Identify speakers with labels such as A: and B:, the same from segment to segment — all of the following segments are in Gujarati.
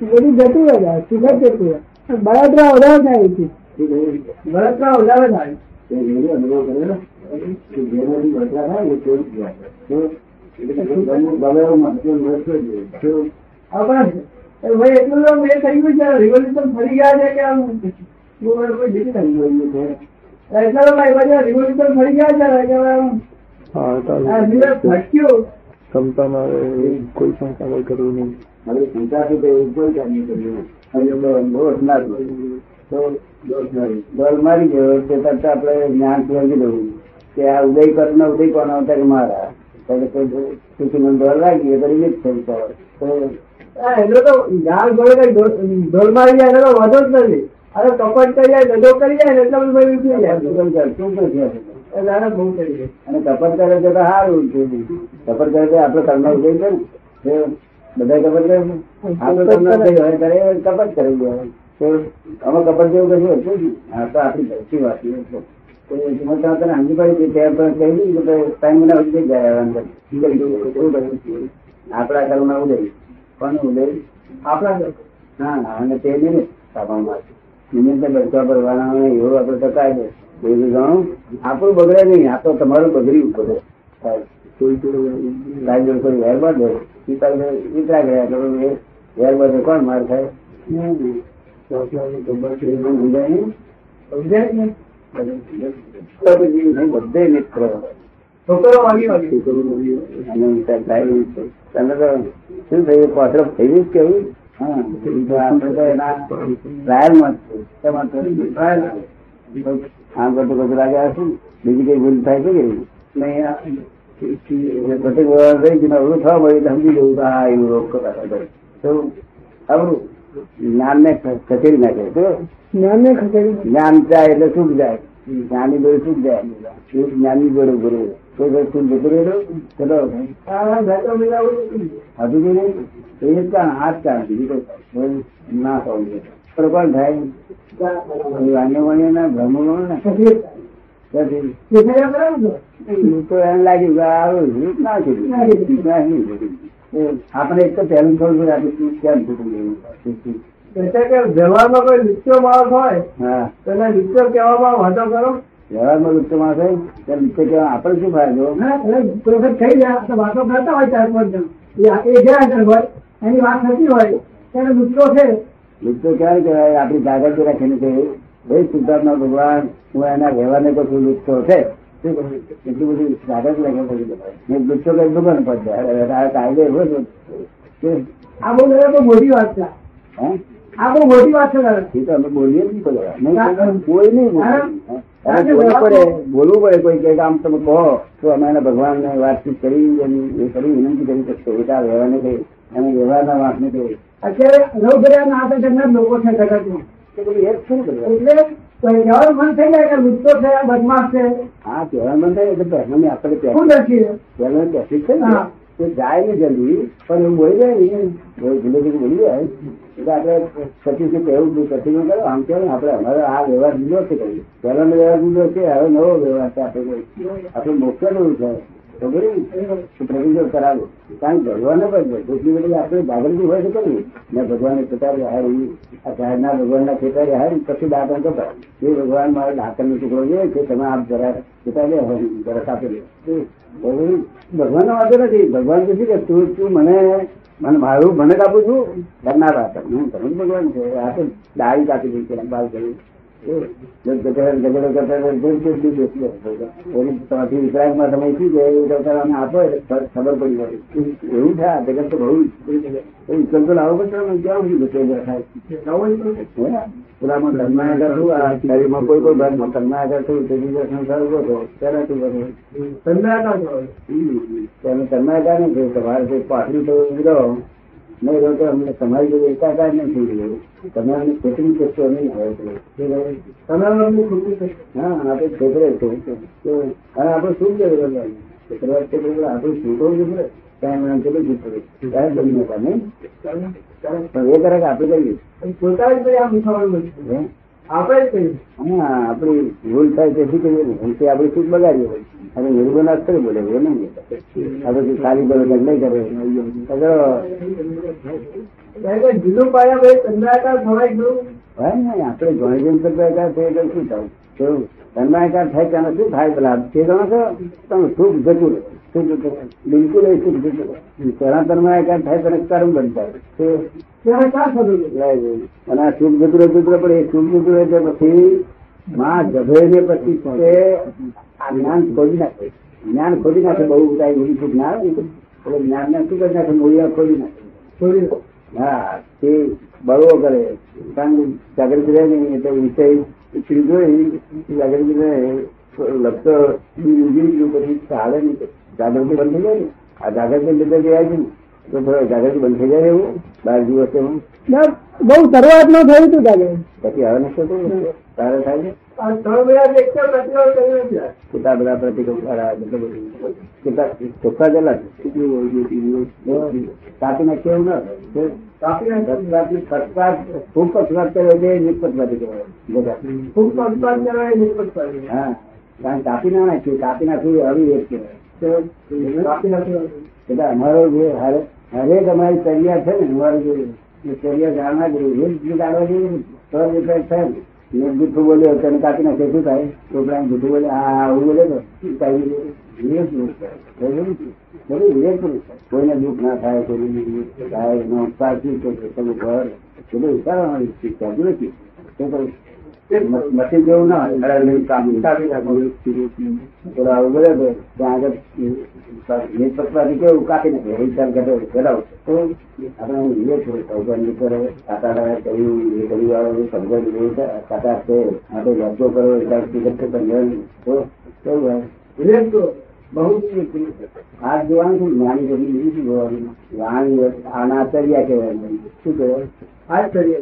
A: બધું જતું રહે જાય સુગર જતું રહે પણ બળતરા વધારે થાય છે
B: શું કહ્યું?
A: બળતરા વધારે થાય
B: તે જેનો અનુભવ કર્યો કે જેનાથી બચવા થાય ને તેવું જ વાપરે. તો એટલે કે ગમે- ગમે એવો માણસનો ભરોસો જ નહીં. તો
A: આપણા એ ભાઈ એટલું તો મેં થઈ ગયું છે રિવોલ્યુશન ફરી ગયા છે કે આમ ગોળ કોઈ
B: કેટલી તારીખ વાગ્યું છે?
A: એટલા તો ભાઈ બધા રિવોલ્યુશન ફરી ગયા છે ને કે આમ
C: હા
A: આ
C: તારું
A: દિવસ ભટક્યું
C: ક્ષમતામાં હવે કોઈ પણ કાગળ કરવું નહીં
B: મારી ચિંતા છે કે એવું કોઈ કાર્ય કર્યું નથી. અને એમનો અનુભવ જ ના થયો. તો દોષ મારી- દોષ મારી ગયો તે તરત આપણે જ્ઞાન સમજી લેવું કે આ ઉદય કરનો ઉદય કોનો અત્યારે મારા એટલે કોઈ સુખીનો દોર લાગીએ તો release થઈ જાય. તો
A: આ એનો તો ગાળ ગળે કઈ ઢોલ- ઢોલ મારી જાય એનો તો વાંધો જ નથી અરે કપટ કરી જાય ધંધો કરી જાય ને એટલે બધું ભાઈ ઉઠી જાય
B: શું કહ્યું સાહેબ? શું કહ્યું છે?
A: એટલે આને બહુ કરી દે
B: અને તપન કરે છે તો સારું છે તપન કરે તો આપડે કર્મ ઉદય છે ને બધા તપન કરે છે? આપણો કર્મ ઉદય હોય ત્યારે એ તપન કરી દેવાય. તો અમે કપટ જેવું કશું હતું જ નહીં. આ તો આપણી ઘરથી વાત છે. તો એ હું તો તને સમજી પડી કે ત્યાં પણ કહી દીધું કે ભાઈ ત્રણ મહિના ઉદય ગયા અંદર ઉદય ગયો. શું કહ્યું? આપણા કર્મ ઉદય પણ ઉદય
A: આપણા લોકો.
B: હા અને તે નિમિત્ત કાપવામાં આવે નિમિત્તે બચવા ભરવાના હોય એવું આપણે તો કાયદો એ તો જાણો આપણું બગડે નહીં આ તો તમારું બગડી ઉપર
C: કોઈ પણ
B: કાયદો કોઈ વેર બાંધે એ તમને વિતરા ગયા કરો એ વેર બાંધે કોણ માર થાય
C: દાખલાની ગમત
B: એ પણ બીજા નહીં.
A: સમજાય ને?
B: તો પછી નહીં, બધે મિત્ર
A: છોકરો વાગી વાગી
B: અને વિચાર થાય નહીં. તમે તો શું થયું પાછળ થઈ ગયું જ કેવું હા તો આપણે તો એના ટ્રાયલમાં જ છે. તેમાં તો ટ્રાયલ આવે. આમ કરતું કરતું લાગ્યા હશે ને. બીજી કઈ ભૂલ થાય છે કે નહીં આ એટલે પ્રત્યેક વ્યવહાર થઈ ગયો ને અવળું થવા મળ્યું એટલે સમજી જવું કે હા એવું રોગ કરતા હતા. તો અવળું જ્ઞાનને ખસેડી નાખે તો
A: નાને ખસેડી
B: જ્ઞાન જાય એટલે સુખ જાય જ્ઞાની જોડે સુખ જાય સુખ જ્ઞાની જોડે ગુરુ કોઈ કોઈ સુખ જતું રહેલું? ચલો
A: આ ગાતો મિલાવું
B: હજુ કોઈ નહીં? તો એ જ કારણ આ જ કારણ બીજું કોઈ કારણ. ના થવું જોઈએ. પણ કોણ થાય વાણીઓના ભ્રમણો ને
A: તકલીફ
B: ત્યાંથી
A: દેખાડ્યા બરાબર ને?
B: તો એમ લાગ્યું કે આ રૂપ ના છે આપણે એક તો પહેલું થોડું થોડું આપણે કેમ છૂટું ગયું?
A: એટલે કે વ્યવહારમાં કોઈ લિપ્તો માણસ હોય
B: હા
A: તો એને લિપ્તો કહેવામાં વાંધો કરો
B: વ્યવહારમાં રૂપ તો માણસ હોય તો રૂપ તો કહેવાય. આપણે શું ફાયદો
A: ના, એટલે કોઈ વખત થઈ જાય તો વાતો કરતા હોય ચાર પાંચ જણ એ આ- એ જ્યાં આગળ હોય એની વાત થતી હોય ત્યારે મિત્રો છે
B: રૂપ તો ક્યારે કહેવાય આપણી જાગૃતિ રાખીને કહેવું ભાઈ સિદ્ધાર્થના ભગવાન હું એના વ્યવહારને કશું લુપ્તો છે શું કહું? એટલું બધું જાગૃતિ રાખીને કહી દેવાય. ને લુપ્તો કઈ દુકાન પર જાય. આ કાયદો એવો છે. કે,
A: આ બહુ દાદા બહુ મોટી વાત છે
B: હે?
A: આ બહુ મોટી વાત છે દાદા
B: એ તો અમે બોલીએ જ નહીં બોલવા. નહીં તો કોઈ નહીં બોલે.
A: હા.
B: હા, બોલવું પડે બોલવું પડે કોઈ કે આમ તમે કહો તો અમે એને ભગવાનને વાતચીત કરી એની એ કરી વિનંતી કરી શકશો એ તો આ વ્યવહારને કહી અને વ્યવહારના વાંકને કહી
A: અત્યારે રૌદ્રિયા ના હાથે જનાર લોકો છે જગતમાં
B: તો બધું એક શું કરવા
A: એટલે કોઈ જવાનું મન થઈ જાય કે મિત્રો છે બદમાશ છે
B: આ કહેવા મન થાય એટલે પહેલાની આપણે
A: શું
B: પહેલા
A: દર્શી
B: પહેલાની બેઠી છે ને
A: હા.
B: તે જાય ને જલ્દી પણ એવું બોલી જાય ને એવું ધીમે ધીમે બોલી જાય એટલે આપણે સતીશ કહેવું તું સતીશ કરો આમ કહેવાય ને આપણે અમારો આ વ્યવહાર જુદો છે કહ્યું પહેલાનો વ્યવહાર જુદો છે હવે નવો વ્યવહાર છે આપણે કહ્યું આપણે મોક્ષ લેવું છે તો બોલ્યું કે પ્રતિજ્ઞા કરાવો કારણ કે ભગવાનને પણ છે. એટલી બધી આપણે જાગૃતિ હોય છે કેવી ને ભગવાનને પતાવી હારી આ ઝાડના ભગવાનના ખેતરે હારી પછી દાંતણ કપાય એ ભગવાન મારો દાંતણનો ટુકડો જોઈએ છે તમે આપ જરા પતા લે હવે જરા કાપી લે ભગવાન નો વાંધો નથી ભગવાન તો શું કે તું તું મને મને મારું મને કાપું છું કરનાર હતા હું તમે જ ભગવાન છે આ તો દાળી કાપી દઈ છે બાર કરી વિતરાગમાં તમે શું કે એ કરતા અમે આપો એટલે ખબર પડી જાય એવું છે આ જગત તો બહુ એ વિકલ્પ તો લાવો પડશે ને ક્યાં સુધી બચે રખાય હે? પેલામાં ધર્મના આગળ શું આ શરીરમાં કોઈ કોઈ ભાગ ધર્મના આગળ શું તે બીજો સંસાર ઉભો થયો ત્યારે શું બન્યું?
A: સંભળાતા જ હોય.
B: તમે તમે જાણે છે તમારે જે પાછળ તો ઉગરો નહીં રહો તો અમને તમારી જોડે એકાકાર નહીં થઈ ગયું તમે અમને ખેતરી કરશો નહીં આવે તો. શું કહ્યું?
A: તમે અમને ખોટું કહ્યું.
B: હા આપણે ખેતરે જ છો. તો અને આપણે શું કહ્યું તમને? ખેતરે જ છો, એટલે આપણે શું કહું છું ને? કાંઈ મને કેટલું જ પડે. કાંઈ જ નહીં તમે.
A: તમે- તમે-
B: પણ એ કરે કે આપણે કહીએ
A: તમે પોતા જ ભાઈ આમ ઉઠાવવાનું બધું.
B: હે?
A: આપણે જ કહ્યું
B: હા આપણી ભૂલ થાય તે શું કહીએ ને? ભૂલથી આપણે શું બગાડીએ અને નિર્ગુણ અસ્ત્ર બોલે એ નહીં આપણે જે ખાલી બોલે નહીં કરે અગર
A: સાહેબ, આ જુદું પાડ્યા પછી ચંદ્રાકાર થવાય ગયું
B: હોય ને આપણે ગણિત ચંદ્રાકાર થઈ એટલે શું થયું કેવું ચંદ્રાકાર થાય ત્યારે શું થાય પેલા તે ગણો છો તમે સુખ જતું રહે. સુખ જતું રહે. બિલકુલ એ સુખ જતું રહે. પહેલા ચંદ્રાકાર થાય ત્યારે કર્મ બની જાય તો
A: ત્યારે ક્યાં થતું હતું?
B: લઈ જવું. અને આ સુખ જતું રહે, જતું રહે, પણ એ સુખ જતું રહે એટલે પછી માં જભે ને પછી તે આ જ્ઞાન ખોલી નાખે જ્ઞાન ખોલી નાખે બહુ કાંઈ ઊંડી સુખ ના આવે ને તો. એટલે જ્ઞાનને શું કરી નાખે મૂળિયા ખોલી નાખે
A: છોડી દો.
B: હા તે બળવો કરે કારણ કે જાગૃતિ રહે નહીં એટલે વિષય ઉછળી ગયો એ જાગૃતિ રહે લગતો બી ઉગી ગયું પછી ચાલે નહીં જાગૃતિ બંધ થઈ જાય ને આ જાગૃતિ લીધે ગયા છે ને તો થોડો જાગૃતિ બંધ થઈ જાય એવું બાર દિવસે હું
D: ના, બહુ શરૂઆત નો થયું હતું દાદા એવું.
B: પછી હવે નશો કરું તારે થાય છે
A: આ ત્રણ મહિનાથી એક પણ પ્રતિભાવ કર્યો નથી.
B: કેટલા બધા પ્રતિકમ વાળા મતલબ કેટલા ચોખ્ખા ગયેલા છે કાપી નાખે એવું ના થાય.
A: કાપી નાખ્યું.
B: કસરત- કસરત- ખૂબ કસરત કરે છે નિષ્ફળ નથી કહેવાય. બધા.
A: ખૂબ પગપાત કરાય, નિષ્ફળ કરાય.
B: હા કારણ કાપી ના નાખ્યું કાપી નાખ્યું આવી એક કહેવાય
A: કાપી નાખ્યું.
B: એટલે અમારો જે હરે- હરેક અમારી ચર્યા છે ને અમારું જે ચર્યા જાણવા જોઈએ એ જ જાણવા જોઈએ ને. તો જ effect થાય ને. મેં જૂઠું બોલ્યો તને કાપી નાખે શું થાય છોકરાને જૂઠું બોલે આ આ આવું બોલે તો શું થાય? વિવેક પુરુષ થાય. સમજ્યો ને? બધું વિવેક પુરુષ થાય. કોઈને દુઃખ ના થાય કોઈને દુઃખ થાય એનો ઉપકાર શું છે કે તમે ઘર બધું ઉતારવાનું શીખવાતું નથી તો પણ મ- મશીન જેવું ના હોય. અરે, નહીં, કામ કાપી નાખો. પેલા આવું બોલે છે, ત્યાં આગળ નિષ્પક્ષપાતી કેવું કાપી નાખે હિસાબ ઘટે ઘટાડો તો આપણે હું વિવેક પુરુષ છું. ભગવાનની પર કાટાળા કર્યું, એ પરિવારોની સમજણ જોઈ છે. કાટા છે. આપણે લડતો કરો, એકાદ ટિકિટ તો સમજણ. તો કેવું હોય?
A: વિવેક તો બહુ
B: આ જોવાનું શું? જ્ઞાની બધી બીજું શું જોવાનું? વાણી વચ- આના તરિયા કહેવાય શું કહેવાય
A: આ જ કરીએ.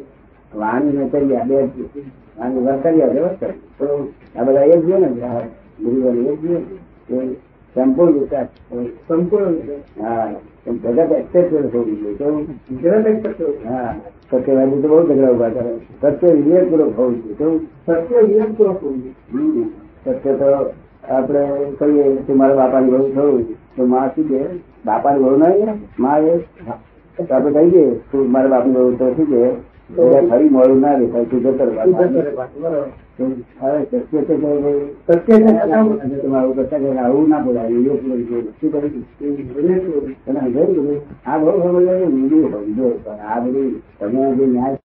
B: વાણી ને તરિયા બે જ છે. વાણી વર્તરિયા છે વર્તન. તો આ બધા એક જ ને આ ગુરુવાર એક જ છે. એ સંપૂર્ણ વિકાસ હોય.
A: સંપૂર્ણ રીતે.
B: હા પણ જગત એક્સેપ્ટેડ થવું જોઈએ કેવું?
A: જરાક એક સત્ય.
B: હા સત્યવાદી તો બહુ ઝઘડા ઉભા કરે સત્ય વિવેકપૂર્વક હોવું જોઈએ કેવું?
A: સત્ય વિવેક પૂર્વક હોવું જોઈએ.
B: હમ. સત્ય તો આપણે કહીએ કે મારા બાપાની બહુ થયું તો માં શું કહે બાપાની બહુ ના હોય ને માં એ તો આપણે કહી દઈએ તું મારા બાપની બહુ તો શું કહે એટલે ફરી મોડું ના દેખાય તું જતો રહે બાપા.
A: શુદ્ધ કરે પાછું. બરાબર.
B: તો હવે સત્ય તો કહે ભાઈ,
A: સત્ય છે
B: તમે
A: ત્યાં બોલાય.
B: આવું કરતા કે આવું ના બોલાય વિવેકપૂર્વક બોલો. શું કહ્યું?
A: વિવેક પૂર્વક.
B: અને આ બધું આ બહુ ખબર છે કે ઊંધું સમજો પણ આ બધું તમે જે ન્યાય